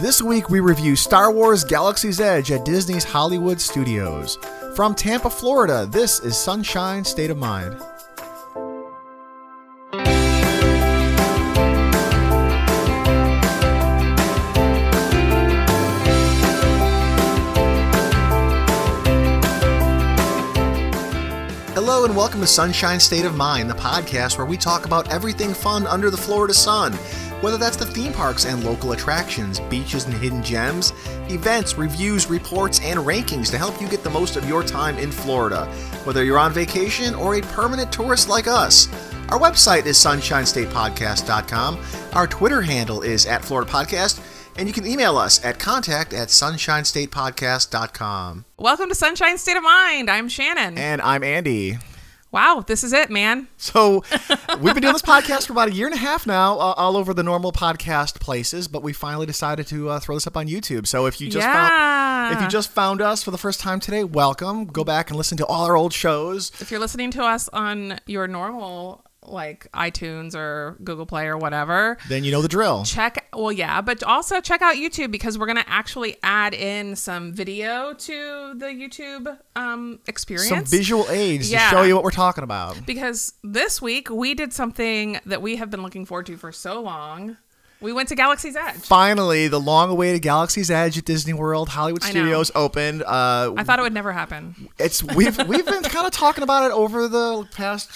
This week we review Star Wars Galaxy's Edge at Disney's Hollywood Studios. From Tampa, Florida, this is Sunshine State of Mind. Hello and welcome to Sunshine State of Mind, the podcast where we talk about everything fun under the Florida sun. Whether that's the theme parks and local attractions, beaches and hidden gems, events, reviews, reports, and rankings to help you get the most of your time in Florida. Whether you're on vacation or a permanent tourist like us. Our website is sunshinestatepodcast.com. Our Twitter handle is at Florida Podcast, and you can email us at contact at sunshinestatepodcast.com. Welcome to Sunshine State of Mind. I'm Shannon. And I'm Andy. Wow, this is it, man. So we've been doing this podcast for about a year and a half now, uh, all over the normal podcast places. But we finally decided to uh, throw this up on YouTube. So if you just found, if Yeah. you just found us for the first time today, welcome. Go back and listen to all our old shows. If you're listening to us on your normal like iTunes or Google Play or whatever, Then you know the drill. check well yeah, but also check out YouTube because we're going to actually add in some video to the YouTube um experience. Some visual aids Yeah. to show you what we're talking about. because this week we did something that we have been looking forward to for so long. We went to Galaxy's Edge. Finally, the long-awaited Galaxy's Edge at Disney World Hollywood I know. Studios opened. Uh, I thought it would never happen. it's we've we've been kind of talking about it over the past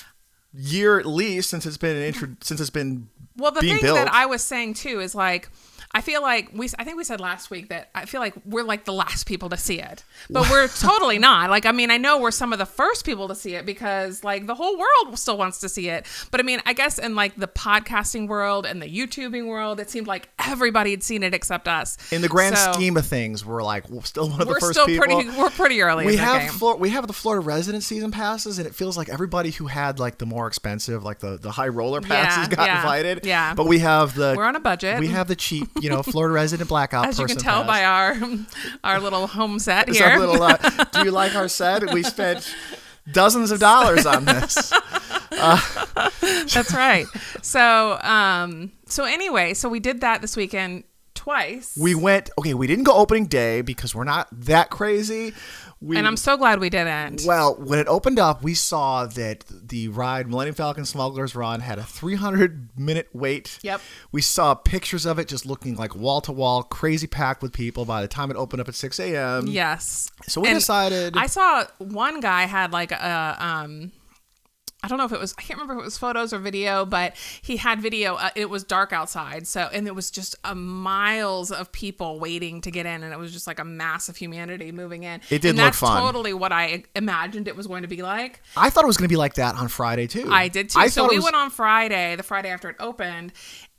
year at least since it's been intro- since it's been Well, the being thing built. that I was saying too is like, I feel like we, I think we said last week that I feel like we're like the last people to see it, but we're totally not. Like, I mean, I know we're some of the first people to see it because like the whole world still wants to see it. But I mean, I guess in like the podcasting world and the YouTubing world, it seemed like everybody had seen it except us. in the grand So, scheme of things, we're like we're still one of the we're first still people. pretty, we're pretty early. we in the have game. Flor- we have the Florida resident season passes, and it feels like everybody who had like the more expensive, like the, the high roller passes, Yeah, got yeah, invited. yeah. but we have the We're on a budget. we have the cheap, you know, Florida resident blackout. as you can person tell pass. by our our little home set It's our here. little, uh, do you like our set? We spent dozens of dollars on this. That's right. So, um, so anyway, so we did that this weekend twice, We went okay. We didn't go opening day because we're not that crazy. We and I'm so glad we didn't. Well, when it opened up, we saw that the ride Millennium Falcon Smuggler's Run had a 300 minute wait. Yep. We saw pictures of it just looking like wall to wall, crazy packed with people by the time it opened up at 6 a.m. Yes. So we And decided. I saw one guy had like a um I don't know if it was I can't remember if it was photos or video, but he had video. Uh, it was dark outside, so and it was just a miles of people waiting to get in, and it was just like a mass of humanity moving in. It did and look that's fun. Totally what I imagined it was going to be like. I thought it was going to be like that on Friday too. I did too. so thought it we was- went on Friday, the Friday after it opened,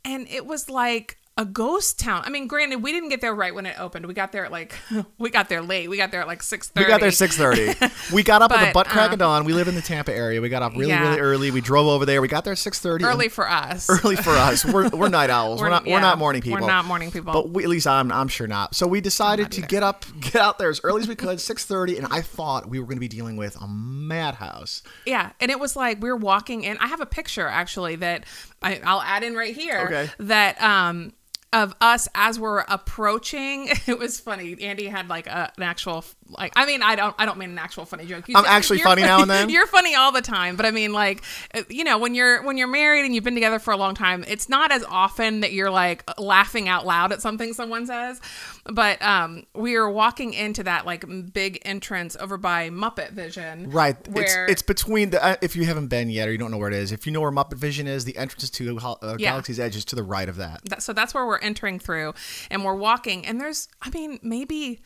and it was like a ghost town. I mean, granted, we didn't get there right when it opened. We got there at like we got there late. We got there at like six thirty. We got there six thirty. we got up at the But, butt crack um, of dawn. We live in the Tampa area. We got up really, Yeah. really early. We drove over there. We got there at six thirty. early for us. Early for us. We're, we're night owls. We're, not. We're yeah, not morning people. We're not morning people. but we, at least I'm, I'm sure not. So we decided to get up, get out there as early as we could, 6:30, and I thought we were going to be dealing with a madhouse. Yeah, and it was like we were walking in. I have a picture actually that I, I'll add in right here. Okay. That um of us as we're approaching. It was funny. Andy had like a, an actual like. I mean, I don't. I don't mean an actual funny joke. You- I'm actually you're funny now and then. You're funny all the time, but I mean like uh, you know when you're when you're married and you've been together for a long time, it's not as often that you're like laughing out loud at something someone says. But um, we were walking into that like m- big entrance over by Muppet Vision. Right. Where- it's it's between the uh, if you haven't been yet or you don't know where it is. If you know where Muppet Vision is, the entrance to Hol- uh, Yeah. Galaxy's Edge is to the right of that. that, so that's where we're entering through and we're walking and there's i mean maybe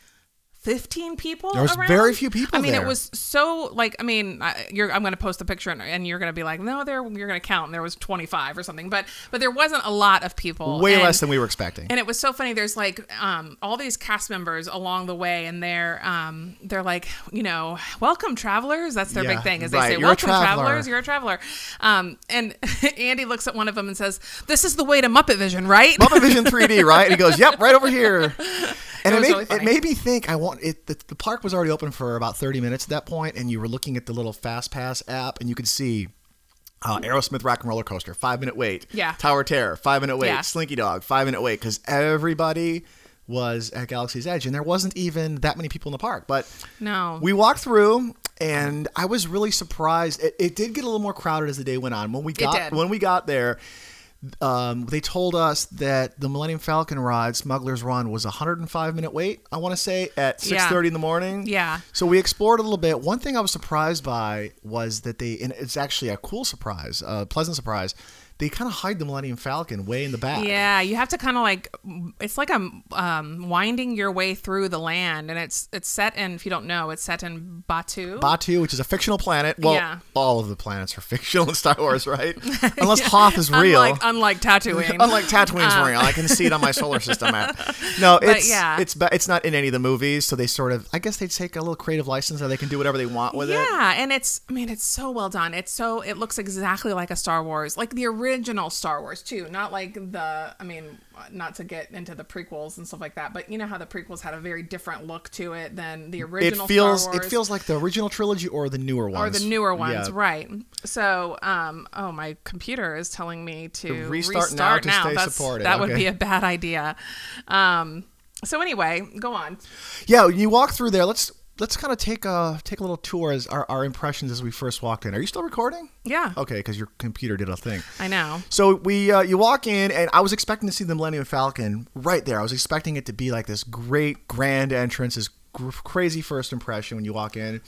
15 people There was around. very few people i mean there. it was so like i mean I, you're i'm gonna post a picture and, and you're gonna be like no there you're gonna count and there was 25 or something but but there wasn't a lot of people Way And- less than we were expecting. and it was so funny. There's like um, all these cast members along the way, and they're um, they're like, you know, welcome travelers. That's their Yeah, big thing, is right. they say, You're a welcome traveler." travelers. You're a traveler. Um, and Andy looks at one of them and says, "This is the way to Muppet Vision, right?" Muppet Vision 3D, right? And he goes, "Yep, right over here." And it, was made, really it funny. made me think. I want it. The, the park was already open for about 30 minutes at that point, and you were looking at the little Fast Pass app, and you could see uh, Aerosmith Rock and Roller Coaster, five minute wait. Yeah. Tower of Terror, five minute wait. Yeah. Slinky Dog, five minute wait, because everybody was at Galaxy's Edge, and there wasn't even that many people in the park. But No. we walked through, and I was really surprised. It, it did get a little more crowded as the day went on. When we got did. when we got there, um, they told us that the Millennium Falcon ride, Smuggler's Run, was a 105 minute wait. I want to say at 6:30 Yeah. in the morning. Yeah. So we explored a little bit. One thing I was surprised by was that they, and it's actually a cool surprise, a pleasant surprise. They kind of hide the Millennium Falcon way in the back. Yeah, you have to kind of like it's like I'm um, winding your way through the land, and it's it's set in if you don't know, it's set in Batu. Batu, which is a fictional planet. Well, Yeah. all of the planets are fictional in Star Wars, right? Unless Hoth is real. Unlike, unlike Tatooine. Unlike Tatooine's real, I can see it on my solar system map. No, it's Uh, yeah. it's ba- it's not in any of the movies, so they sort of I guess they take a little creative license and they can do whatever they want with it. yeah, and it's I mean it's so well done. It's so it looks exactly like a Star Wars, like the original Star Wars too, not like the I mean not to get into the prequels and stuff like that, but you know how the prequels had a very different look to it than the It original feels Star it Wars. feels like the original trilogy or the newer or ones. the newer ones, Yeah. right? So, um, oh, my computer is telling me to, restart restart, now now. to stay That's, supported. That would Okay. be a bad idea. Um, so anyway, go on. Yeah, when you walk through there. Let's let's kind of take a take a little tour as our, our impressions as we first walked in. Are you still recording? Yeah, Okay, because your computer did a thing. I know. So we, uh, you walk in, and I was expecting to see the Millennium Falcon right there. I was expecting it to be like this great grand entrance, this gr- crazy first impression when you walk in.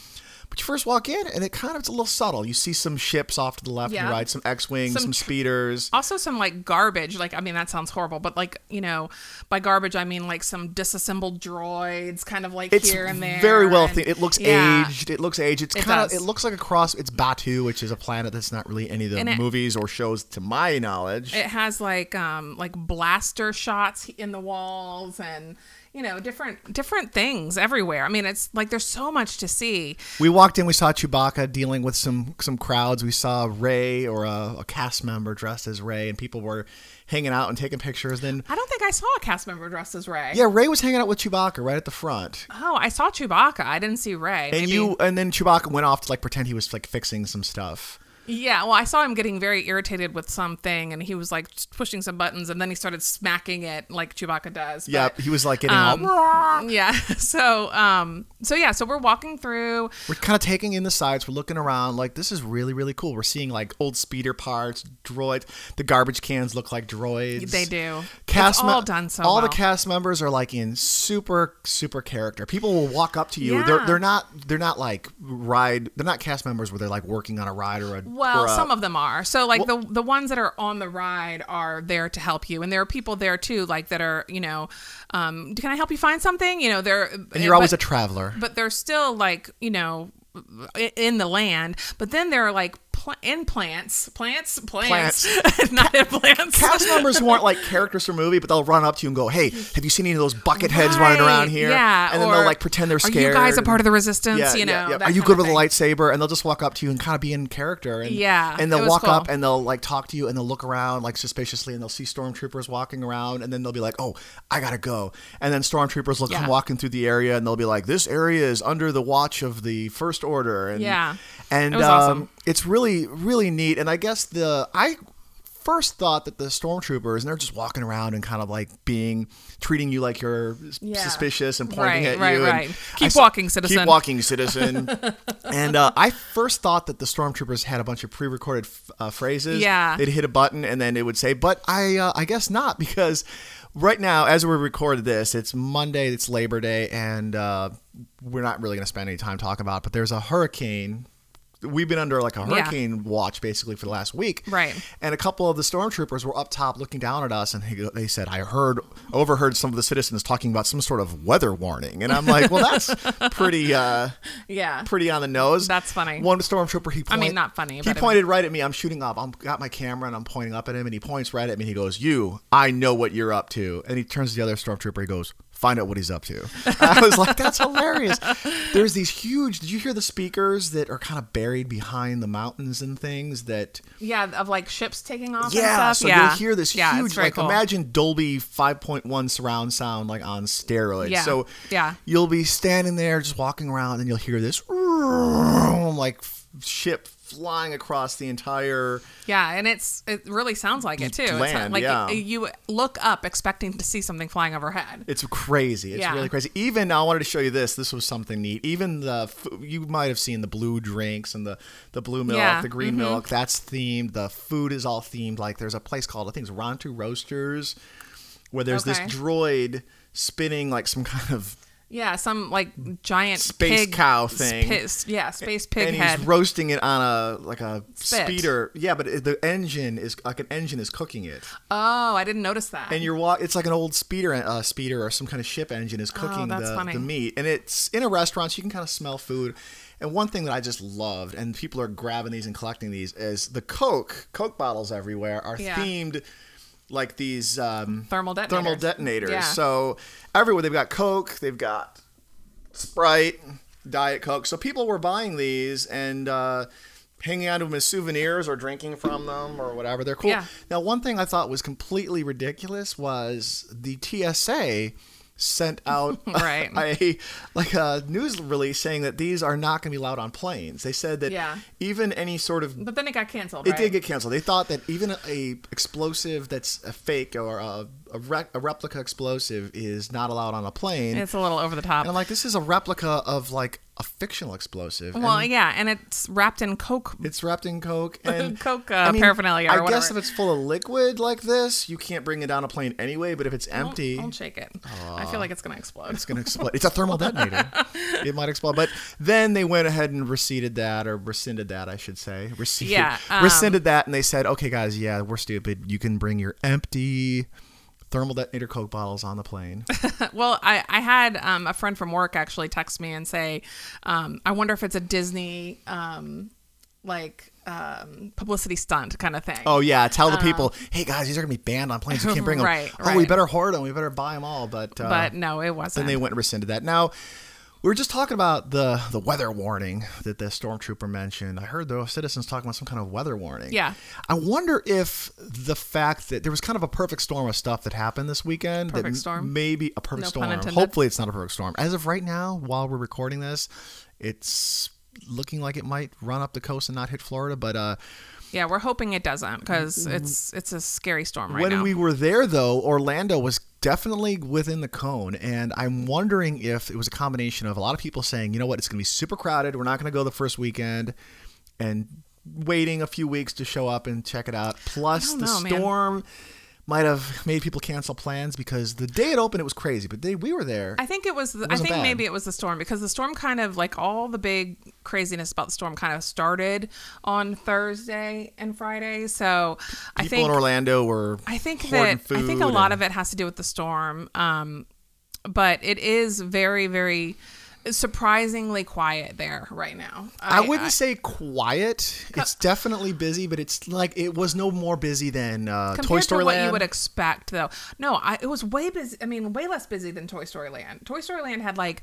But you first walk in, and it kind of it's a little subtle. You see some ships off to the left and Yeah. right, some X-wings, some, Some tr- speeders. Also, some like garbage. Like, I mean, that sounds horrible, but like, you know, by garbage, I mean like some disassembled droids, kind of like It's here and there. very well. and- thi- it looks Yeah. aged. It looks aged. It's It kind of. does. It looks like a cross. It's Batu, which is a planet that's not really any of the And it- movies or shows, to my knowledge. It has like um like blaster shots in the walls and you know different different things everywhere. I mean, it's like there's so much to see. We walked in. We saw Chewbacca dealing with some some crowds. We saw Ray or a, a cast member dressed as Ray, and people were hanging out and taking pictures. Then I don't think I saw a cast member dressed as Ray. yeah, Ray was hanging out with Chewbacca right at the front, Oh, I saw Chewbacca. I didn't see Ray. and Maybe- you and then Chewbacca went off to like pretend he was like fixing some stuff. Yeah, well, I saw him getting very irritated with something, and he was like pushing some buttons, and then he started smacking it like Chewbacca does. but- Yeah, he was like getting all. yeah. So, um, so yeah, so we're walking through. We're kind of taking in the sides. We're looking around. Like this is really really cool. We're seeing like old speeder parts, droids. The garbage cans look like droids. They do. Cast it's me- all done so all the well. cast members are like in super super character. People will walk up to you. They're Yeah. they're not they're not like ride. They're not cast members where they're like working on a ride or a. Well, or a- some of them are. So like the the ones that are on the ride are there to help you, and there are people there too, like that are you know, um, can I help you find something? You know, they're and you're always but, a traveler. but they're still like you know i- in the land. But then there are like pl- implants, plants, plants, not implants. Cast members who aren't like characters from a movie, but they'll run up to you and go, "Hey, have you seen any of those bucket heads running around Right, here?" Yeah, and then they'll or, like pretend they're scared. Are you guys a part of the resistance? Yeah, you know, yeah, yeah. that Are you kind good of with a thing. lightsaber? And they'll just walk up to you and kind of be in character. And, Yeah, And it they'll was walk up cool. and they'll like talk to you and they'll look around like suspiciously and they'll see stormtroopers walking around and then they'll be like, oh, I gotta go. And then stormtroopers will come Yeah. walking through the area and they'll be like, this area is under the watch of the First Order. And, Yeah. And It was um, awesome. it's really, really neat. And I guess the, I, First thought that the stormtroopers and they're just walking around and kind of like being treating you like you're Yeah. suspicious and pointing Right, at right, you. and right. I Keep saw- walking, citizen. Keep walking, citizen. and uh, I first thought that the stormtroopers had a bunch of pre-recorded f- uh, phrases. Yeah. they'd hit a button and then it would say, "But I, uh, I guess not," because right now, as we recorded this, it's Monday. It's Labor Day, and uh, we're not really going to spend any time talking about. it, But there's a hurricane. We've been under like a Yeah. hurricane watch basically for the last week. Right. And a couple of the stormtroopers were up top looking down at us, and they, go- they said, "I heard, overheard some of the citizens talking about some sort of weather warning." And I'm like, "Well, that's pretty, uh, Yeah. pretty on the nose." That's funny. One stormtrooper, he. Point, mean, not funny, He but I pointed right at me. I'm shooting up. I'm got my camera and I'm pointing up at him, and he points right at me. and He goes, "You, I know what you're up to." And he turns to the other stormtrooper. He goes, "Find out what he's up to." I was like, "That's hilarious." There's these huge. Did you hear the speakers that are kind of buried behind the mountains and things that? Yeah, of like ships taking off. Yeah, and stuff. so yeah. you'll hear this yeah, it's huge, very like cool. imagine Dolby 5.1 surround sound like on steroids. Yeah, So yeah. you'll be standing there just walking around and you'll hear this like ship flying across the entire. Yeah, and it's it really sounds like it too. it's Land, not- like yeah. y- you look up expecting to see something flying overhead. It's crazy. It's Yeah. really crazy. Even I wanted to show you this. This was something neat. Even the f- you might have seen the blue drinks and the the blue milk, Yeah, Mm-hmm. the green milk. That's themed. The food is all themed. Like there's a place called I think it's Rontu Roasters, where there's Okay. this droid spinning like some kind of Yeah, some like giant Space pig- cow thing. spi- yeah, space pig and head. he's roasting it on a like a Spit. speeder. Yeah, but it, the engine is like an engine is cooking it. oh, I didn't notice that. and you're walk. It's like an old speeder, uh, speeder or some kind of ship engine is cooking Oh, that's the, funny. the meat, and it's in a restaurant, so you can kind of smell food. And one thing that I just loved, and people are grabbing these and collecting these, is the Coke. Coke bottles everywhere are Yeah. themed like these um, Thermal Thermal detonators. detonators. Yeah. So everywhere they've got Coke, they've got Sprite, Diet Coke. So people were buying these and uh, hanging on to them as souvenirs or drinking from them or whatever. They're cool. Yeah. Now, one thing I thought was completely ridiculous was the TSA sent out Right. a like a news release saying that these are not going to be allowed on planes. They said that Yeah. even any sort of but then it got canceled. it right? did get canceled. They thought that even a explosive that's a fake or a a, re- a replica explosive is not allowed on a plane. It's a little over the top. and I'm like, this is a replica of like a fictional explosive. well, and yeah, and it's wrapped in coke. it's wrapped in coke and Coke, uh, paraphernalia or I guess whatever. if it's full of liquid like this, you can't bring it down a plane anyway. But if it's Don't- empty, Don't, shake it. I feel like it's gonna explode. it's gonna explode. It's a thermal detonator. it might explode. But then they went ahead and receded that, or rescinded that, I should say. Receded, Yeah, um, rescinded that, and they said, "Okay, guys, yeah, we're stupid. You can bring your empty thermal detonator Coke bottles on the plane." Well, I, I had um, a friend from work actually text me and say, um, I wonder if it's a Disney um, like um, publicity stunt kind of thing. oh yeah, tell the people, "Hey guys, these are gonna be banned on planes. You can't bring them. Uh-huh. Right, oh, we right. better hoard them. We better buy them all." But uh, but no, it wasn't. then they went and rescinded that. Now. We were just talking about the, the weather warning that the stormtrooper mentioned. I heard the citizens talking about some kind of weather warning. Yeah. I wonder if the fact that there was kind of a perfect storm of stuff that happened this weekend. that Perfect storm? Maybe a perfect No pun storm. intended. Hopefully, it's not a perfect storm. As of right now, while we're recording this, it's looking like it might run up the coast and not hit Florida. But uh, yeah, we're hoping it doesn't because it's it's a scary storm right when now. we were there, though, Orlando was definitely within the cone. And I'm wondering if it was a combination of a lot of people saying, you know what, it's going to be super crowded. We're not going to go the first weekend. And waiting a few weeks to show up and check it out. Plus, don't the know, man. storm might have made people cancel plans because the day it opened, it was crazy. But they, we were there. I think it was. The, I wasn't think bad. maybe it was the storm because the storm kind of like all the big craziness about the storm kind of started on Thursday and Friday. So I people think in Orlando were. I think hoarding that I think a food lot and- of it has to do with the storm, um, but it is very very surprisingly quiet there right now. I wouldn't say quiet. Uh, It's definitely busy, but it's like it was no more busy than uh, compared Toy Story to what Land. you would expect though. No, I, it was way busy. I mean, way less busy than Toy Story Land. Toy Story Land had like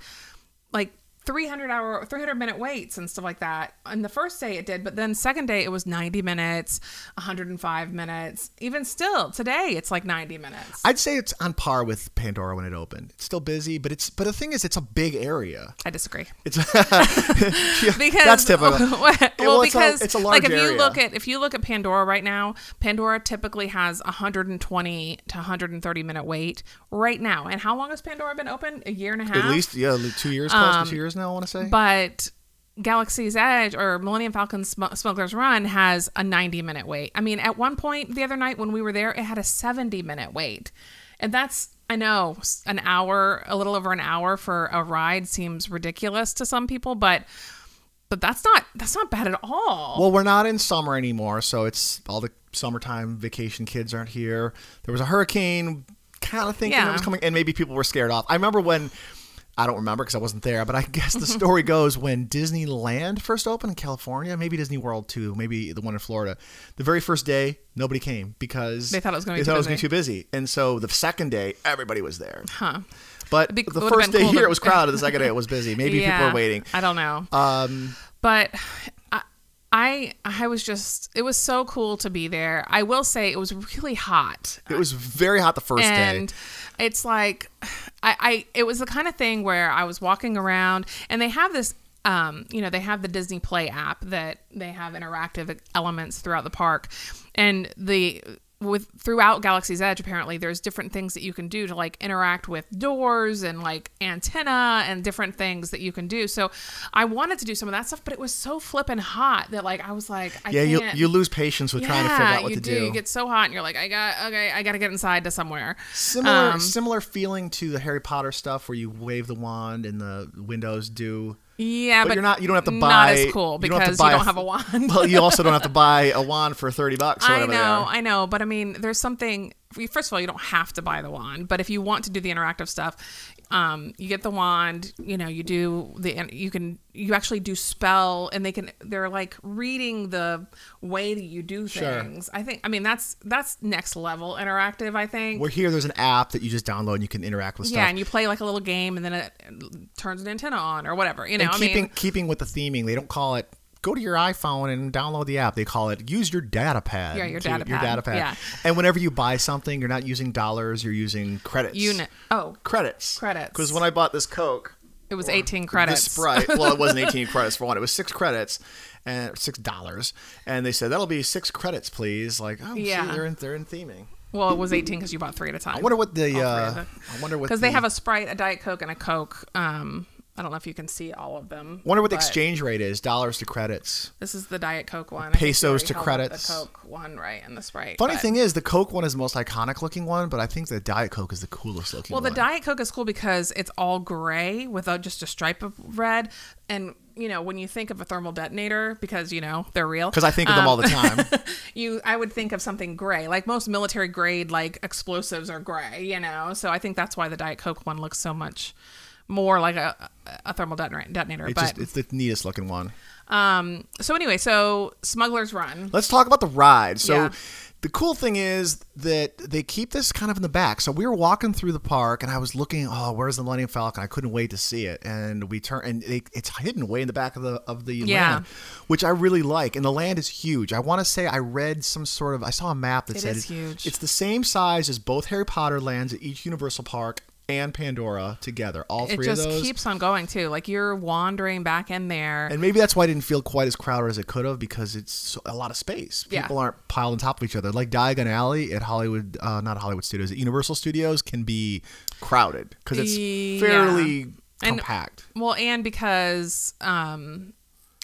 like. 300 hour 300 minute waits and stuff like that and the first day it did but then second day it was 90 minutes 105 minutes even still today it's like 90 minutes I'd say it's on par with Pandora when it opened. It's still busy, but it's but the thing is, it's a big area. i disagree It's Yeah, because that's typical. well, well, it's a- because it's a large like if area. you look at if you look at Pandora right now, Pandora typically has 120 to 130 minute wait right now. And how long has Pandora been open? A year and a half. At least yeah, like two years, close to two years now. I want to say. But Galaxy's Edge or Millennium Falcon Sm- Smuggler's Run has a 90 minute wait. I mean, at one point the other night when we were there, it had a 70 minute wait. And that's, I know, s- an hour, a little over an hour for a ride seems ridiculous to some people, but. But that's not that's not bad at all. Well, we're not in summer anymore, so it's all the summertime vacation kids aren't here. There was a hurricane, kind of thinking it Yeah. was coming, and maybe people were scared off. I remember when. I don't remember because I wasn't there, but I guess the story goes when Disneyland first opened in California, maybe Disney World too, maybe the one in Florida. The very first day, nobody came because They thought it was gonna they be thought too it was gonna be too busy, and so the second day, everybody was there. Huh. But be- the would've been first day cool here, to- it was crowded. The second day, it was busy. Maybe people were waiting. I don't know. Um, but I, I I was just it was so cool to be there. I will say it was really hot. it was very hot the first day. and it's like I, I it was the kind of thing where I was walking around and they have this um, you know, they have the Disney Play app that they have interactive elements throughout the park, and the with throughout Galaxy's Edge, apparently there's different things that you can do to like interact with doors and like antenna and different things that you can do. So I wanted to do some of that stuff, but it was so flippin' hot that like I was like, I Yeah, you can't. you lose patience with trying to figure out what you to You get so hot, and you're like, I got okay, I got to get inside to somewhere. similar Um, similar feeling to the Harry Potter stuff where you wave the wand and the windows do. Yeah, But but, you're not you don't have to buy Not as cool you don't have, because to buy you don't f- have a wand. well, you also don't have to buy a wand for 30 bucks or I whatever they know, are. I know, but I mean, there's something. First of all, you don't have to buy the wand, but if you want to do the interactive stuff, um, you get the wand. You know, you do the you can you actually do spell, and they can they're like reading the way that you do Sure. things. I think. I mean, that's that's next level interactive. I think. Well, here there's an app that you just download and you can interact with stuff. yeah, and you play like a little game, and then it turns an antenna on or whatever. You know, and I keeping mean, keeping with the theming, they don't call it go to your iPhone and download the app. They call it use your data pad. Yeah, your to- data Your pad. data pad. Yeah. And whenever you buy something, you're not using dollars, you're using credits. unit. Oh, Credits. Credits. Because when I bought this Coke, it was 18 credits. the Sprite. Well, it wasn't 18 credits for one. It was six credits and six dollars. And they said, that'll be six credits, please. Like, oh, yeah. Yeah. they're, in, they're in theming. Well, it was 18 because you bought three at a time. I wonder what the, All three uh, of them. I wonder what, because they the- have a Sprite, a Diet Coke, and a Coke. Um, I don't know if you can see all of them. wonder what the but exchange rate is, dollars to credits. This is the Diet Coke one. I think Pesos Jerry to held up credits. The Coke one, right, and the Sprite. Funny but- thing is, the Coke one is the most iconic looking one, but I think the Diet Coke is the coolest looking Well, one. the Diet Coke is cool because it's all gray without just a stripe of red, and you know when you think of a thermal detonator, because you know they're real. Because I think of them all Um, the time. you i would think of something gray like most military grade like explosives are gray you know so i think that's why the diet coke one looks so much more like a, a thermal detonator, detonator. It's but just it's the neatest looking one. um so anyway so smugglers run Let's talk about the ride. So Mm-hmm. Yeah. the cool thing is that they keep this kind of in the back. So we were walking through the park and I was looking, oh, where's the Millennium Falcon? I couldn't wait to see it. And we turn and it, it's hidden way in the back of the of the Yeah. land, which I really like. And the land is huge. I want to say I read some sort of I saw a map that It said is huge. it's the same size as both Harry Potter lands at each Universal Park and Pandora together. All it three just of those. keeps on going too like you're wandering back in there And maybe that's why I didn't feel quite as crowded as it could have because it's so- a lot of space. Yeah. People aren't piled on top of each other. Like Diagon Alley at Hollywood, uh, not Hollywood Studios, at Universal Studios can be crowded because it's Yeah. fairly And- compact. well and because um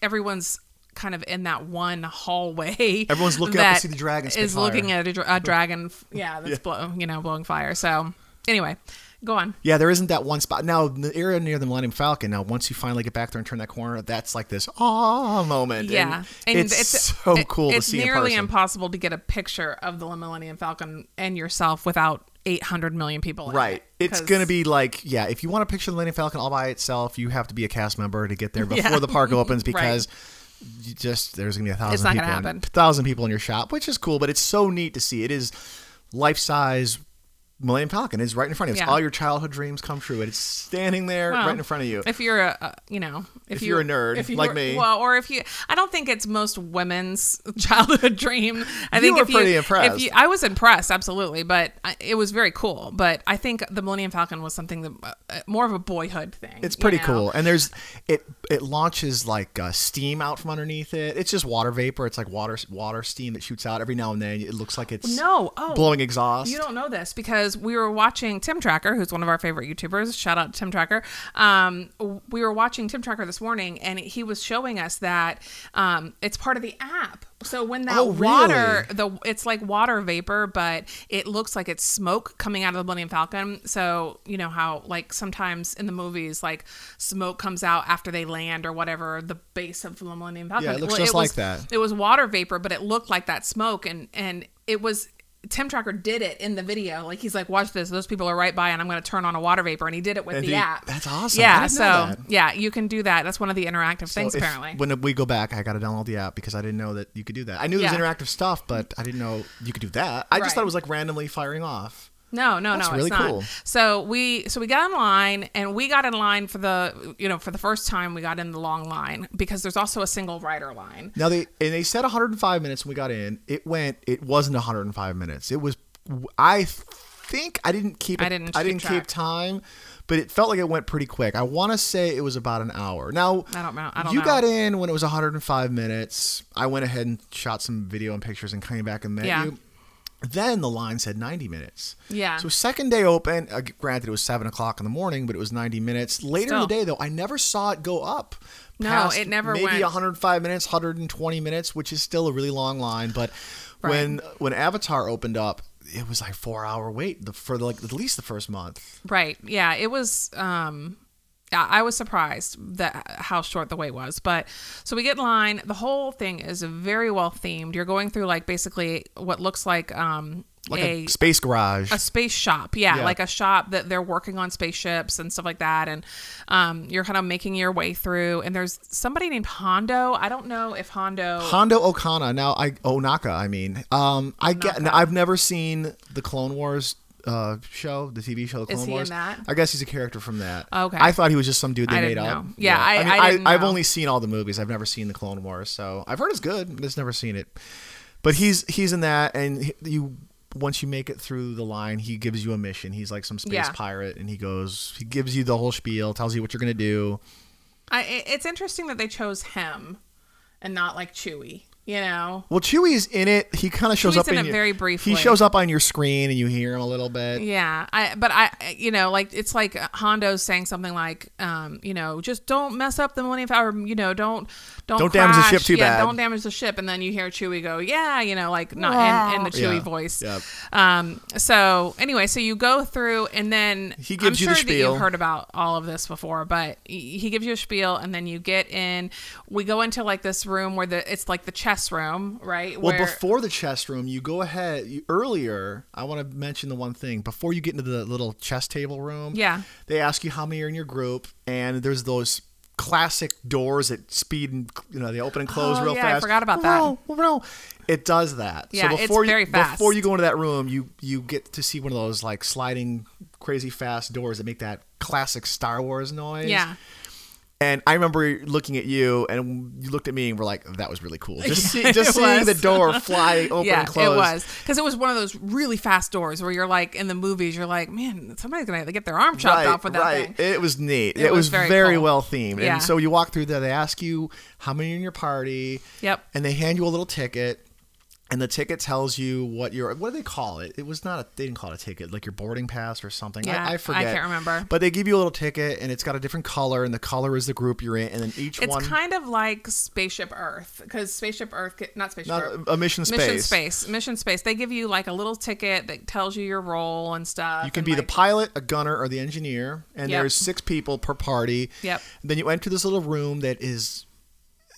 everyone's kind of in that one hallway Everyone's looking up to that see the dragon spit is fire. looking at a, dra- a dragon f- yeah that's blow you know blowing fire so anyway go on Yeah, there isn't that one spot. Now, the area near the Millennium Falcon, now, once you finally get back there and turn that corner, that's like this ah moment. Yeah, And it's, so it- cool It's to see in nearly person. impossible to get a picture of the Millennium Falcon and yourself without 800 million people. in Right. it, It's 'cause- going to be like, yeah, if you want to picture the Millennium Falcon all by itself, you have to be a cast member to get there before the park opens because you just there's going to be a thousand not people gonna in, happen. thousand people in your shop, which is cool, but it's so neat to see. It is life-size Millennium Falcon is right in front of you. It's Yeah. all your childhood dreams come true and it's standing there Well, right in front of you. If you're a, a- you know, if, If you- you're a nerd, if you like were- me. well, or if you, I don't think it's most women's childhood dream. I think were if pretty you, impressed. If you, I was impressed, absolutely, but I, it was very cool. But I think the Millennium Falcon was something that uh, more of a boyhood thing. It's you pretty know? cool, and there's it. It launches like uh, steam out from underneath it. It's just water vapor. It's like water, water steam that shoots out every now and then. It looks like it's No, oh, blowing exhaust. You don't know this because we were watching Tim Tracker, who's one of our favorite YouTubers. Shout out to Tim Tracker. Um, we were watching Tim Tracker this morning, and he was showing us that um, it's part of the app. So when that Oh, really? water, the it's like water vapor, but it looks like it's smoke coming out of the Millennium Falcon. So you know how like sometimes in the movies, like smoke comes out after they land or whatever the base of the Millennium Falcon. Yeah, it looks Well, just was- like that. it was water vapor, but it looked like that smoke, and and it was Tim Tracker did it in the video. Like he's like, watch this. Those people are right by, and I'm going to turn on a water vapor, and he did it with And the he- app. that's awesome. I Yeah. didn't so know that. yeah, you can do that. That's one of the interactive So things if- apparently. When we go back, I got to download the app because I didn't know that you could do that. I knew Yeah. there was interactive stuff, but I didn't know you could do that. I just Right. thought it was like randomly firing off. No, no, That's no, really it's not. cool. So we so we got in line and we got in line for the you know, for the first time we got in the long line because there's also a single rider line. Now they and they said 105 minutes when we got in. It went. It wasn't 105 minutes. It was. I think I didn't keep. I didn't I keep didn't keep track. time, but it felt like it went pretty quick. I want to say it was about an hour. Now, I don't know. I don't you know. got in when it was 105 minutes. I went ahead and shot some video and pictures and came back and met Yeah. you. Then the line said 90 minutes. Yeah. So second day open. Uh, granted, it was seven o'clock in the morning, but it was 90 minutes. Later in the Still. day, though, I never saw it go up. No, past it never maybe went. 105 minutes, 120 minutes, which is still a really long line. But when when Avatar opened up, it was like four hour wait the, for the, like at least the first month. Right. Yeah. It was. Um, I I was surprised that how short the wait was, but so we get in line. The whole thing is very well themed. You're going through like basically what looks like um Like a, a, space garage. a space shop. Yeah, Yeah. like a shop that they're working on spaceships and stuff like that. And um, you're kind of making your way through. And there's somebody named Hondo. I don't know if Hondo. Hondo Okana. Now I Onaka. I mean, um, I get. I've never seen the Clone Wars uh, show, the TV show, the Clone he in Wars. that? Oh, I guess he's a character from that. Okay. I thought he was just some dude they I made didn't up. know. Yeah, I- mean, I didn't I've know. only seen all the movies. I've never seen the Clone Wars, so I've heard it's good. but Just never seen it. But he's he's in that, and he- you. Once you make it through the line, he gives you a mission. He's like some space Yeah. pirate, and he goes, he gives you the whole spiel, tells you what you're gonna do. I, it- it's interesting that they chose him and not like Chewie. You know. Well, Chewie's in it. He kind of shows Chewie's up in it your- very He briefly. shows up on your screen, and you hear him a little bit. Yeah, I but I I- you know like it's like Hondo's saying something like um you know just don't mess up the money if or you know don't don't Don't damage the crash. ship too yeah, bad. don't damage the ship and then you hear Chewie go yeah you know like not in, in the Chewie Yeah. voice Yep. um so anyway so you go through and then He gives I'm you the sure that spiel. you've heard about all of this before but he he gives you a spiel and then you get in we go into like this room where the it's like the chess room right Well, where, before the chess room, you go ahead. You, earlier, I want to mention the one thing. Before you get into the little chess table room, Yeah. they ask you how many are in your group, and there's those classic doors that speed and you know they open and close Oh, real yeah, I fast. forgot about that. No, no, it does that. Yeah, so it's before very you, Before fast. you go into that room, you you get to see one of those like sliding crazy fast doors that make that classic Star Wars noise. yeah And I remember looking at you, and you looked at me, and we're like, "That was really cool." Just, see, just it seeing was. the door fly open yeah, and close. it was because it was one of those really fast doors where you're like in the movies, you're like, man, somebody's gonna get their arm chopped Right, off with that right. thing. It was neat. It, It was, was very, very cool. well themed. Yeah. And so you walk through there. They ask you how many are in your party. Yep. And they hand you a little ticket, and the ticket tells you what your what do they call it? It was not a they didn't call it a ticket like your boarding pass or something. Yeah, I, I I forget. can't remember. But they give you a little ticket, and it's got a different color, and the color is the group you're in, and then each It's one kind of like Spaceship Earth because Spaceship Earth, not Spaceship not Earth, a mission space. Mission Space, Mission Space. They give you like a little ticket that tells you your role and stuff. You can and, be the like- pilot, a gunner, or the engineer, and Yep. there's six people per party. Yep. Then you enter this little room that is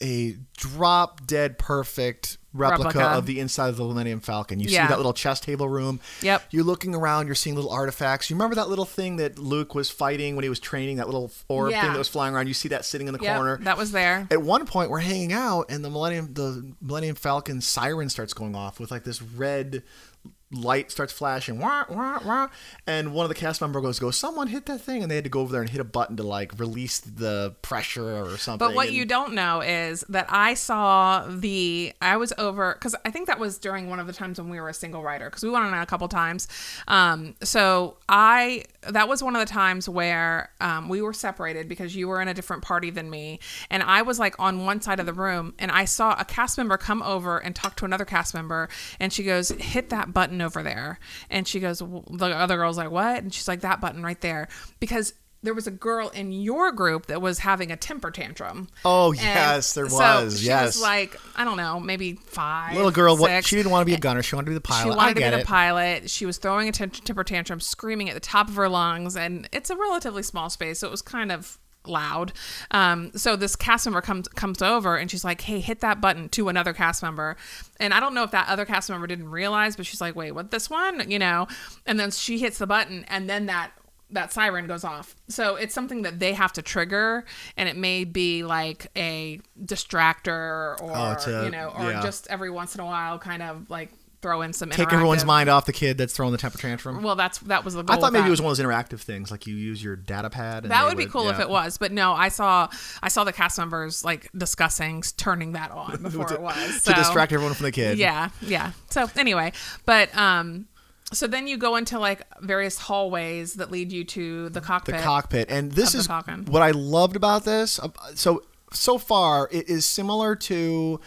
a drop dead perfect replica, Replica. of the inside of the Millennium Falcon. You Yeah. see that little chess table room. Yep. You're looking around, you're seeing little artifacts. You remember that little thing that Luke was fighting when he was training, that little orb Yeah. thing that was flying around? You see that sitting in the Yep, corner That was there. at one point we're hanging out and the millennium the millennium falcon siren starts going off with like this red light starts flashing wah, wah, wah, and one of the cast member goes goes someone hit that thing and they had to go over there and hit a button to like release the pressure or something But what and- you don't know is that I saw the I was over because I think that was during one of the times when we were a single writer because we went on a couple times. Um, so I that was one of the times where um, we were separated because you were in a different party than me, and I was like on one side of the room, and I saw a cast member come over and talk to another cast member, and she goes, "Hit that button over there," and she goes, w- the other girl's like, "What?" and she's like, "That button right there," because there was a girl in your group that was having a temper tantrum. Oh, And yes, there so was, She yes. was like I don't know, maybe five. little girl what six. she didn't want to be a gunner she wanted to be the pilot She I wanted to get be the it. pilot. She was throwing a tem- temper tantrum, screaming at the top of her lungs, and it's a relatively small space, so it was kind of loud. Um, so this cast member comes comes over, and she's like, "Hey, hit that button" to another cast member, and I don't know if that other cast member didn't realize, but she's like, "Wait, what? This one?" You know, and then she hits the button, and then that that siren goes off. So it's something that they have to trigger, and it may be like a distractor or Oh, it's a- you know, or yeah. just every once in a while, kind of like throw in some take everyone's interactive- mind off the kid that's throwing the temper tantrum Well, that's that was the goal. I thought of maybe that. it was one of those interactive things like you use your data pad and That they would be cool if yeah. it was, but no, I saw I saw the cast members like discussing s- turning that on before it was to so- distract everyone from the kid Yeah, yeah. So anyway, but um, So then you go into like various hallways that lead you to the the cockpit. cockpit. And this the is Falcon. what I loved about this. Uh, So so far, it is similar to.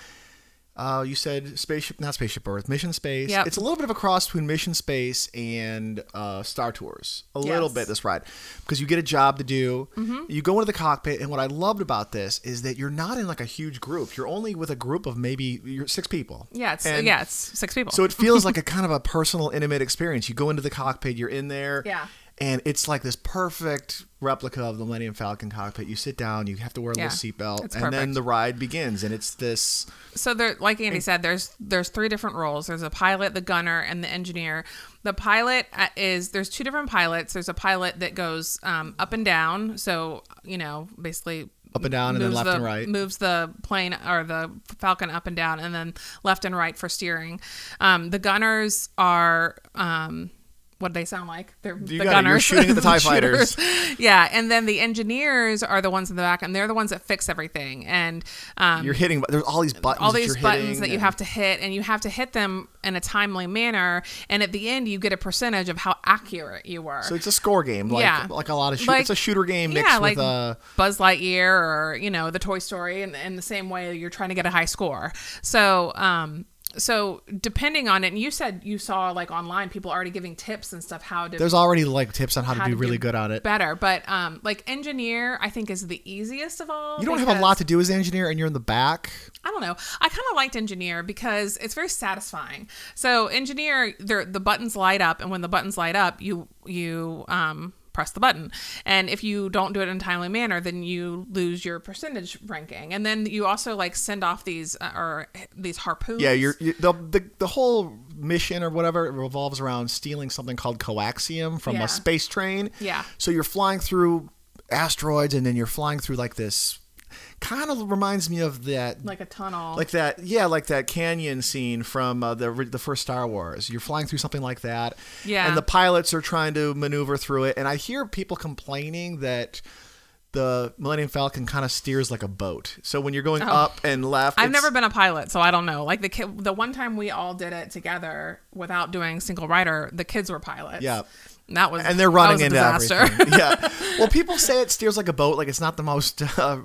Uh, you said spaceship, not spaceship Earth, Mission Space. Yep. It's a little bit of a cross between Mission Space and uh, Star Tours. A little Yes. Mm-hmm. bit this ride because you get a job to do. You go into the cockpit, and what I loved about this is that you're not in like a huge group. You're only with a group of maybe you're six people. yeah, it's And yeah, it's six people. so it feels like a kind of a personal, intimate experience. You go into the cockpit, you're in there. Yeah. And it's like this perfect replica of the Millennium Falcon cockpit. You sit down, you have to wear a Yeah, little seatbelt, and it's then perfect. the ride begins. And it's this so there like andy said there's there's three different roles there's a pilot the gunner and the engineer the pilot uh, is there's two different pilots there's a pilot that goes um, up and down so you know basically Up and down and then moves left the- and right. moves the plane or the falcon up and down and then left and right for steering um, the gunners are um, what do they sound like? They're the got it. You're gunners. shooting at the TIE shooters. Yeah, and then the engineers are the ones in the back, and they're the ones that fix everything. And um, you're hitting, there's all these buttons. all that these you're buttons hitting, that you and- have to hit and you have to hit them in a timely manner and at the end you get a percentage of how accurate you were So it's a score game, like, Yeah. like a lot of shoot, Like- It's a shooter game mixed yeah with uh, like a. buzz lightyear or you know the toy story and in the same way you're trying to get a high score so um so depending on it and you said you saw like online people already giving tips and stuff how to There's already like tips on how, how to do do really good at it. better but um like engineer i think is the easiest of all You don't have a because- lot to do as an engineer, and you're in the back. I don't know. I kind of liked engineer because it's very satisfying. So engineer, there the buttons light up, and when the buttons light up, you you um, press the button, and if you don't do it in a timely manner, then you lose your percentage ranking, and then you also like send off these uh, or these harpoons. Yeah, you're, you the, the the whole mission or whatever revolves around stealing something called coaxium from Yeah. a space train. Yeah. So you're flying through asteroids, and then you're flying through like this. Kind of reminds me of that. like a tunnel. like that, yeah, like that canyon scene from uh, the ri- the first Star Wars. You're flying through something like that, Yeah. And the pilots are trying to maneuver through it. And I hear people complaining that the Millennium Falcon kind of steers like a boat. So when you're going up and left, Oh. I've it's- never been a pilot, so I don't know. Like the kid, the one time we all did it together without doing single rider, the kids were pilots. Yeah. And That was and they're running that was a into disaster. everything. yeah. Well, people say it steers like a boat, like it's not the most. Uh,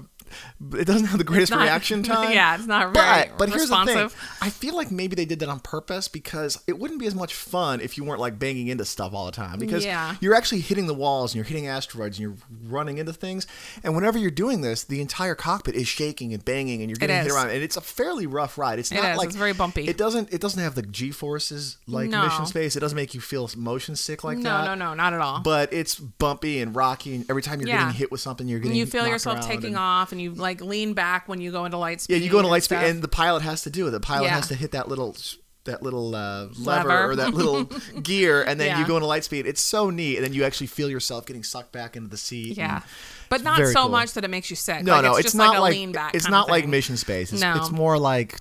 it doesn't have the greatest not- reaction time. yeah, it's not very But but here's the thing: responsive. I feel like maybe they did that on purpose because it wouldn't be as much fun if you weren't like banging into stuff all the time. Because Yeah. you're actually hitting the walls and you're hitting asteroids and you're running into things. And whenever you're doing this, the entire cockpit is shaking and banging and you're getting hit is. around. And it's a fairly rough ride. It's It not is. like It's very bumpy. It doesn't. It doesn't have the G forces like No. Mission Space. It doesn't make you feel motion sick like no, that no, no, not at all. but it's bumpy and rocky and every time you're Yeah. getting hit with something you're and getting you feel knocked yourself around taking and- off and you like lean back when you go into light speed yeah you go into light speed stuff. and the pilot has to do it the pilot Yeah. has to hit that little that little uh, lever, Lever. or that little gear and then you Yeah. go into light speed it's so neat and then you actually feel yourself getting sucked back into the seat yeah and- but not Mm. very so cool. much that it makes you sick no like, no it's, it's, just not like, like, a lean back it's kinda not like thing. mission space it's, No. it's more like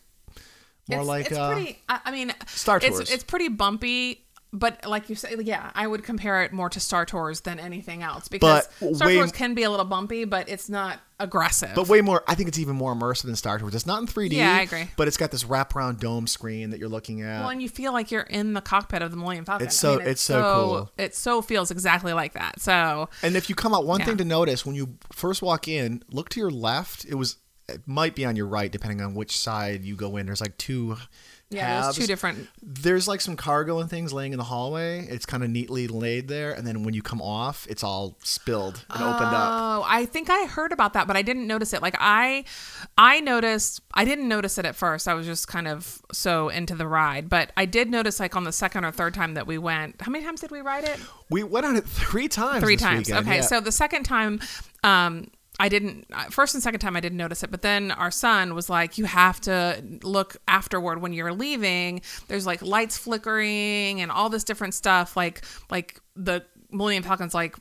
more it's, like it's uh, pretty I, I mean Star Tours. it's, it's pretty bumpy but like you say yeah i would compare it more to star tours than anything else because But star way- tours can be a little bumpy but it's not aggressive But way more, I think it's even more immersive than Star Tours. It's not in 3D. Yeah, I agree. But it's got this wraparound dome screen that you're looking at. Well, and you feel like you're in the cockpit of the Millennium Falcon. It's so- it's so cool. It so feels exactly like that. So And if you come out, one Yeah. thing to notice when you first walk in, look to your left. It was it might be on your right, depending on which side you go in. There's like two. yeah, halves. there's two different There's like some cargo and things laying in the hallway. It's kind of neatly laid there, and then when you come off, it's all spilled and opened up. Oh, I think I heard about that, but I didn't notice it. Like I, I noticed. I didn't notice it at first. I was just kind of so into the ride, but I did notice like on the second or third time that we went. How many times did we ride it? We went on it three times. Ah. Three this times. weekend, okay, yeah. so the second time, um. I didn't uh, first and second time I didn't notice it, but then our son was like, "You have to look afterward when you're leaving. There's like lights flickering and all this different stuff. Like like the Millennium Falcon's like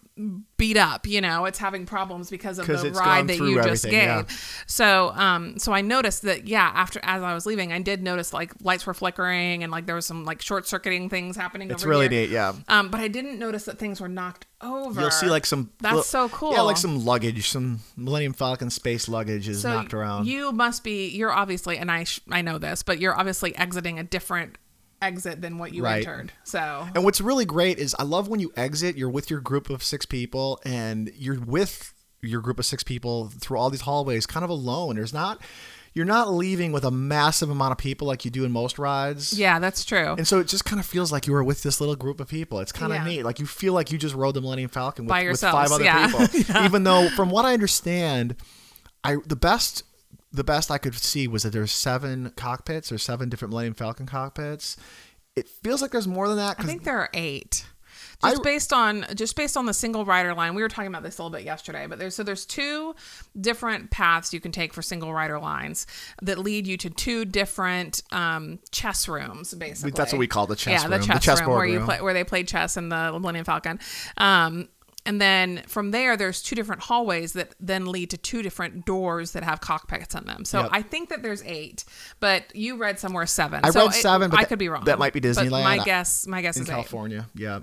beat up. You know, it's having problems because of 'Cause the it's gone ride that through you just everything, gave. yeah. So, um, so I noticed that, yeah, after as I was leaving, I did notice like lights were flickering and like there was some like short circuiting things happening. it's over really here. neat. Yeah. Um, but I didn't notice that things were knocked over. You'll see like some. That's li- so cool. Yeah, like some luggage, some Millennium Falcon space luggage is knocked around. You must be. You're obviously, and I sh- I know this, but you're obviously exiting a different exit than what you Right. entered. So And what's really great is I love when you exit, you're with your group of six people and you're with your group of six people through all these hallways kind of alone. There's not you're not leaving with a massive amount of people like you do in most rides. yeah, that's true. And so it just kind of feels like you were with this little group of people. It's kind of Yeah. neat. Like you feel like you just rode the Millennium Falcon with, By with yourselves, five other yeah. people. Even though, from what I understand, I the best the best I could see was that there's seven cockpits or seven different Millennium Falcon cockpits. It feels like there's more than that I 'cause think there are eight. I- Just based on just based on the single rider line, we were talking about this a little bit yesterday. But there's so there's two different paths you can take for single rider lines that lead you to two different um, chess rooms. Basically, what we call the chess yeah, room, the the chess room chessboard where you room. play where they played chess in the Millennium Falcon. Um, and then from there, there's two different hallways that then lead to two different doors that have cockpits on them. So Yep. I think that there's eight, but you read somewhere seven. I So read seven, but I that- could be wrong. that might be But my Disneyland. guess, my guess in is eight. California. Yeah.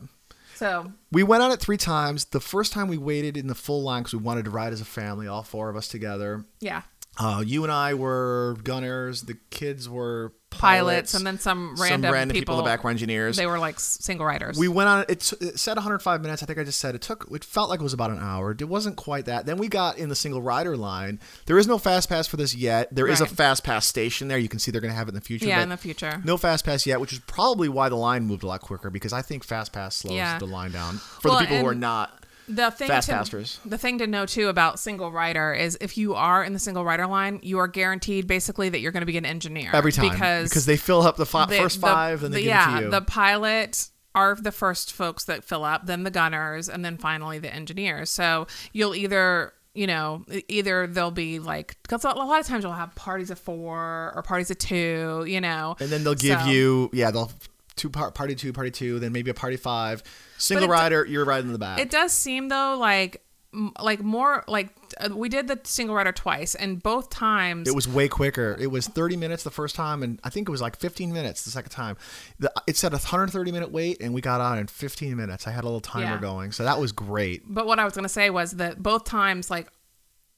So We went on it three times. The first time we waited in the full line because we wanted to ride as a family, all four of us together. yeah, Uh, you and I were gunners. The kids were pilots, pilots, and then some some random, random people, people, the background engineers. They were like s- single riders. we went on it, t- it said 105 minutes i think i just said it took it felt like it was about an hour it wasn't quite that then we got in the single rider line there is no fast pass for this yet There is a Right. fast pass station there you can see they're going to have it in the future yeah, but in the future. no fast pass yet which is probably why the line moved a lot quicker because i think fast pass slows Yeah. the line down for Well, the people who are and- not the thing Fast to, passers. The thing to know too about single rider is if you are in the single rider line, you are guaranteed basically that you're going to be an engineer every time because they fill up the fi- the- first the- five and they the- give yeah it to you the pilot are the first folks that fill up, then the gunners, and then finally the engineers. So you'll either you know e-, either they'll be like because a lot of times you'll have parties of four or parties of two, you know, and then they'll give So- you yeah they'll two par- party two party two then maybe a party five single it- rider you're riding in the back It does seem though like m- like more like uh, we did the single rider twice and both times It was way quicker. It was 30 minutes the first time, and I think it was like 15 minutes the second time. The, it said a 130 minute wait, and we got on in 15 minutes. I had a little timer Yeah. going, so that was great. but what I was gonna say was that both times like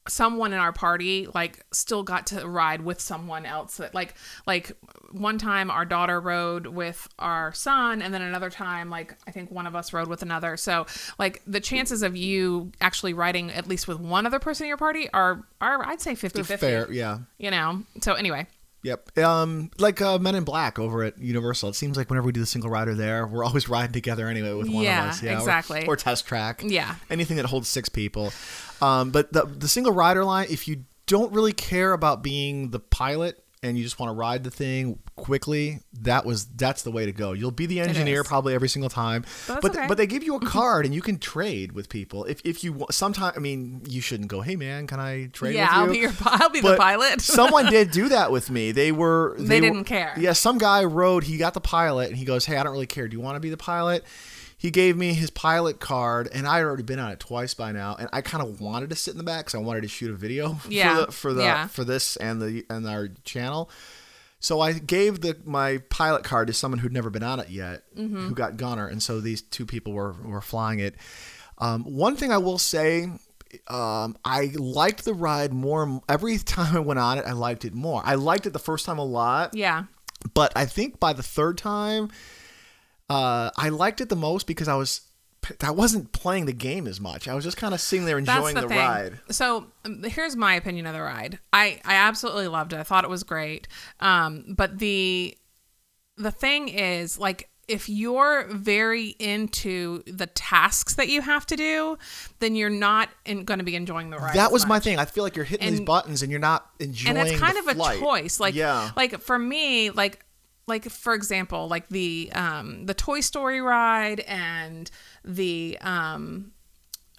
someone in our party like still got to ride with someone else that like like one time our daughter rode with our son and then another time like I think one of us rode with another so like the chances of you actually riding at least with one other person in your party are are I'd say 50 Fair, yeah. you know so anyway Yep. Um, like uh, Men in Black over at Universal. It seems like whenever we do the single rider there, we're always riding together anyway with one Yeah, of us. or- exactly. Or, test track. Yeah. Anything that holds six people. Um, but the the single rider line, if you don't really care about being the pilot and you just want to ride the thing quickly, that was that's the way to go. You'll be the engineer is. probably every single time. But that's but okay. but they give you a card and you can trade with people if if you sometimes I mean you shouldn't go. Hey man, can I trade? yeah with you? I'll be your I'll be the But pilot someone did do that with me. They were They were- didn't care. Yeah, some guy rode. He got the pilot, and he goes, "Hey, I don't really care. Do you want to be the pilot?" He gave me his pilot card, and I had already been on it twice by now. And I kind of wanted to sit in the back because I wanted to shoot a video for Yeah, the, for the yeah. for this and the and our channel. So I gave the my pilot card to someone who'd never been on it yet, Mm-hmm. who got Gunner, and so these two people were were flying it. Um, one thing I will say, um, I liked the ride more every time I went on it. I liked it more. I liked it the first time a lot, yeah but I think by the third time, uh, I liked it the most because I was I wasn't playing the game as much. I was just kind of sitting there enjoying the, ride. So um, here's my opinion of the ride. I I absolutely loved it. I thought it was great. Um, but the the thing is like if you're very into the tasks that you have to do, then you're not going to be enjoying the ride. That as was my much. thing. I feel like you're hitting these And- buttons and you're not enjoying. and it's kind the of a flight. choice like yeah. like for me like like for example like the um the toy story ride and the um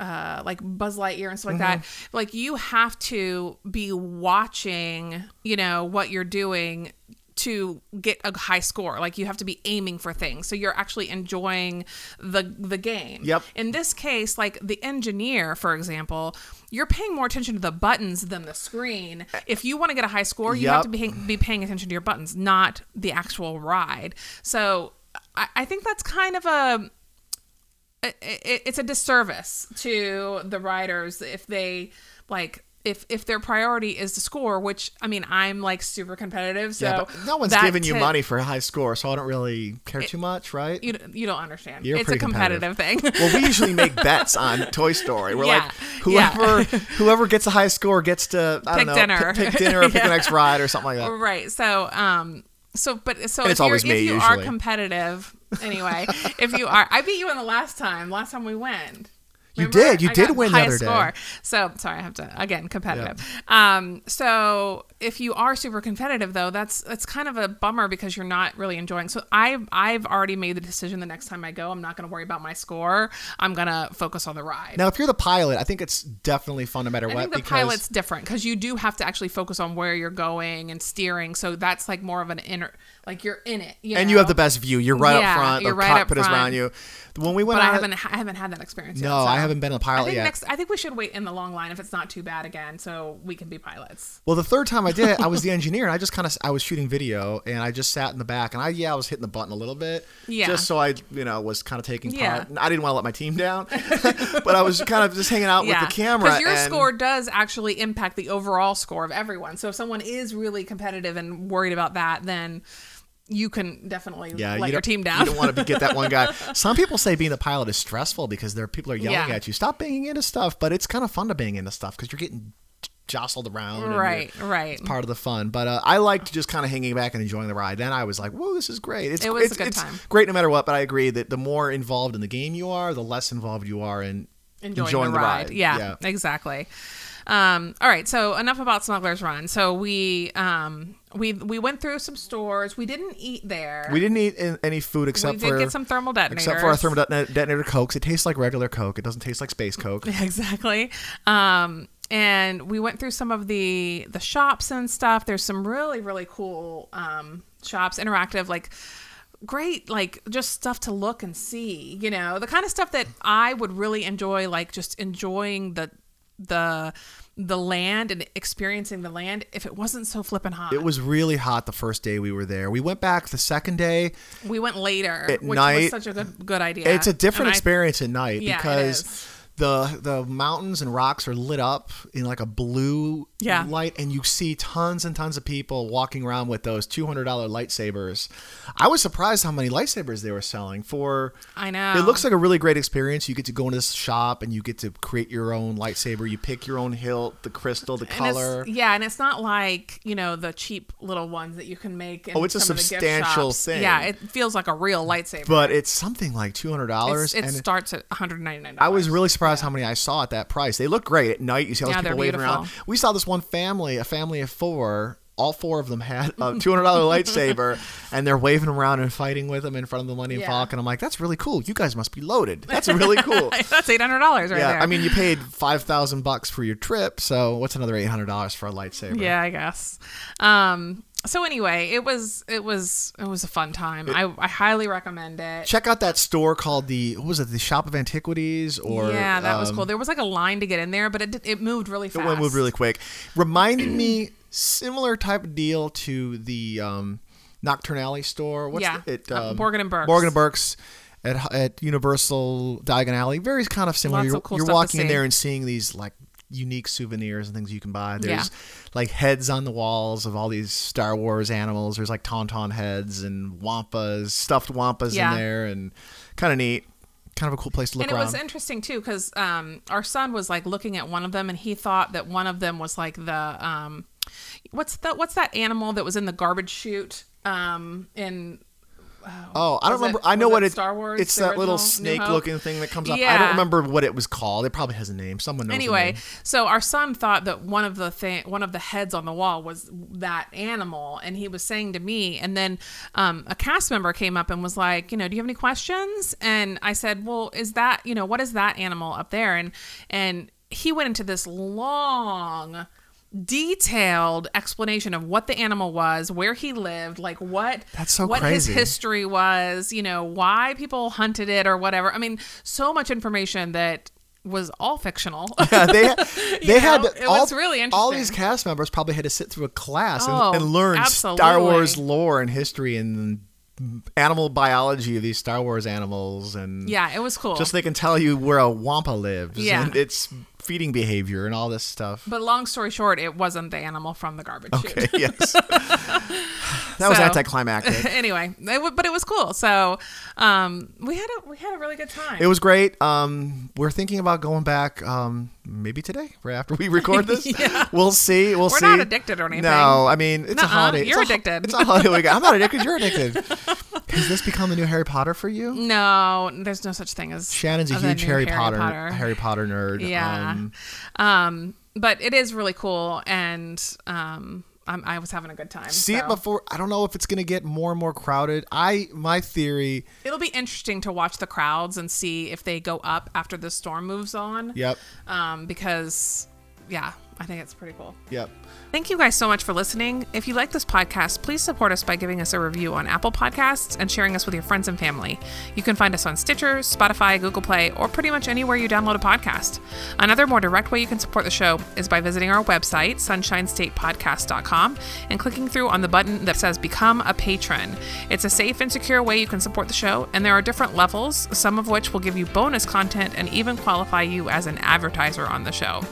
uh like buzz lightyear and stuff like that Mm-hmm. like you have to be watching you know what you're doing to get a high score like you have to be aiming for things so you're actually enjoying the the game Yep. in this case like the engineer for example you're paying more attention to the buttons than the screen if you want to get a high score you have Yep. to be, paying- be paying attention to your buttons not the actual ride so i, I think that's kind of a it, it, it's a disservice to the riders if they like if if their priority is to score, which I mean, I'm like super competitive, so yeah, but no one's that giving you to- money for a high score, so I don't really care too much, right? You don't- you don't understand. You're it's pretty a competitive, competitive. thing. well, we usually make bets on Toy Story. We're Yeah, like, yeah. whoever whoever gets a high score gets to I don't Pick know, dinner. pick, pick dinner, or pick Yeah. the next ride, or something like that. Right. So, um, so, but so And if, it's always you're, if me, you are usually. competitive, anyway, if you are, I beat you in the last time. Last time we went. You Remember? did. You I did got win the highest other day. So sorry, I have to again competitive. Um, so if you are super competitive though, that's that's kind of a bummer because you're not really enjoying. So I I've already made the decision. The next time I go, I'm not going to worry about my score. I'm going to focus on the ride. Now, if you're the pilot, I think it's definitely fun no matter I what. think the because pilot's different because you do have to actually focus on where you're going and steering. So that's like more of an inner, like you're in it. and you have the best view. You're right Yeah, up front. you're The right up cockpit is around front. you. When we went But I on it- haven't, I haven't had that experience. yet, No, so. I haven't been a I pilot think yet. next, I think we should wait in the long line if it's not too bad again, so we can be pilots. Well, the third time I did it, I was the engineer, and I just kind of I was shooting video, and I just sat in the back, and I yeah, I was hitting the button a little bit, Yeah. just so I you know was kind of taking Yeah. part. And I didn't want to let my team down, but I was kind of just hanging out yeah, with the camera. your and- score does actually impact the overall score of everyone. So if someone is really competitive and worried about that, then you can definitely Yeah, you let your don't- team down. You don't want to get that one guy. Some people say being the pilot is stressful because there are people are yelling Yeah. at you. Stop banging into stuff, but it's kind of fun to bang into stuff because you're getting jostled around. and you're- right, right. It's part of the fun. But uh, I liked just kind of hanging back and enjoying the ride. Then I was like, "Whoa, this is great!" It's, It was a it's- good it's time. Great no matter what. But I agree that the more involved in the game you are, the less involved you are in enjoying, the, ride. Yeah, exactly. Um, all right, so enough about Smuggler's Run. So we um, we we went through some stores. We didn't eat there. We didn't eat in- any food except We did for get some thermal detonators. except for our thermal deton- detonator cokes. It tastes like regular Coke. It doesn't taste like space Coke. exactly. Um, and we went through some of the the shops and stuff. There's some really really cool um, shops, interactive like great like just stuff to look and see you know the kind of stuff that i would really enjoy like just enjoying the the the land and experiencing the land if it wasn't so flippin' hot It was really hot the first day we were there. We went back the second day. we went later At which was night- such a good good idea It's a different And I- experience at night Yeah, it is. because the the mountains and rocks are lit up in like a blue Yeah. light, and you see tons and tons of people walking around with those two hundred dollar lightsabers. I was surprised how many lightsabers they were selling for. I know. It looks like a really great experience. You get to go into this shop and you get to create your own lightsaber. You pick your own hilt, the crystal, the And it's- color. yeah, and it's not like you know the cheap little ones that you can make. In Oh, it's a some of the gift substantial shops. thing. Yeah, it feels like a real lightsaber. But it's something like two hundred dollars. It's- it starts at 199. I was really surprised how many I saw at that price. They look great at night. You see all those Yeah, they're people waving around. beautiful. We saw this one family, a family of four. All four of them had a two hundred dollar lightsaber, and they're waving around and fighting with them in front of the Millennium Yeah. Falcon. I'm like, that's really cool. You guys must be loaded. That's really cool. That's eight hundred dollars right yeah, there. I mean, you paid five thousand bucks for your trip, so what's another eight hundred dollars for a lightsaber? yeah, I guess. Um, so anyway, it was it was it was a fun time. I, I highly recommend it. Check out that store called the what was it? The Shop of Antiquities or yeah, that was um, cool. There was like a line to get in there, but it did- it moved really fast. It went moved really quick. Reminded me similar type of deal to the um, Nocturnally store. What's Yeah, the, it? uh, Um, Borgin and Burke's. Borgin and Burke's at, at Universal Diagon Alley. Very kind of similar. Lots you're of cool you're stuff to walking in see. there and seeing these like unique souvenirs and things you can buy. There's Yeah. like heads on the walls of all these Star Wars animals. There's like tauntaun heads and wampas, stuffed wampas Yeah. in there, and kind of neat. Kind of a cool place to look and it around. was interesting too because um, our son was like looking at one of them and he thought that one of them was like the um, what's the what's that animal that was in the garbage chute um, in Oh, I don't Was it- remember. I know was what it it, Star Wars, It's the that original, New little snake-looking thing that comes up. I Yeah. don't remember what it was called. It probably has a name. Someone knows. the anyway name. so our son thought that one of the thing one of the heads on the wall was that animal and he was saying to me and then um, a cast member came up and was like you know do you have any questions and i said well is that you know what is that animal up there and and he went into this long detailed explanation of what the animal was where he lived like what That's so what crazy. his history was you know why people hunted it or whatever i mean so much information that was all fictional Yeah, they they had know, it all, was really all these interesting. cast members probably had to sit through a class and, Oh, and learn Star absolutely. Wars lore and history and animal biology of these Star Wars animals and Yeah, it was cool. Just so they can tell you where a wampa lives. Yeah. and it's feeding behavior and all this stuff. But long story short, it wasn't the animal from the garbage Okay, chute. yes. That was So- anticlimactic. anyway, it w- but it was cool. So um, we had a we had a really good time. It was great. Um, we're thinking about going back um, maybe today, right after we record this. Yeah. We'll see. We'll We're see. not addicted or anything. No, I mean, it's a Nuh-uh, holiday. you're it's a ho- addicted. it's a holiday weekend. I'm not addicted. You're addicted. Has this become the new Harry Potter for you? no, there's no such thing as Shannon's a as huge Mm. new Harry, Potter, Harry Potter nerd. Yeah. Um, Um, but it is really cool, and um, I'm, I was having a good time. see it so. before. I don't know if it's going to get more and more crowded. I my theory. It'll be interesting to watch the crowds and see if they go up after the storm moves on. Yep. Um, because, yeah, I think it's pretty cool. Yep. Thank you guys so much for listening. If you like this podcast, please support us by giving us a review on Apple Podcasts and sharing us with your friends and family. You can find us on Stitcher, Spotify, Google Play, or pretty much anywhere you download a podcast. Another more direct way you can support the show is by visiting our website, sunshinestatepodcast.com, and clicking through on the button that says Become a Patron. It's a safe and secure way you can support the show, and there are different levels, some of which will give you bonus content and even qualify you as an advertiser on the show.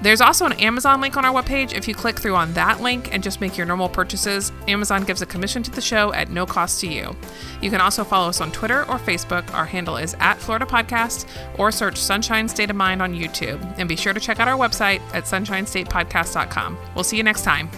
There's also an Amazon link on our webpage. If you click through on that link and just make your normal purchases, Amazon gives a commission to the show at no cost to you. You can also follow us on Twitter or Facebook. Our handle is at Florida Podcast or search Sunshine State of Mind on YouTube. And be sure to check out our website at sunshinestatepodcast.com. We'll see you next time.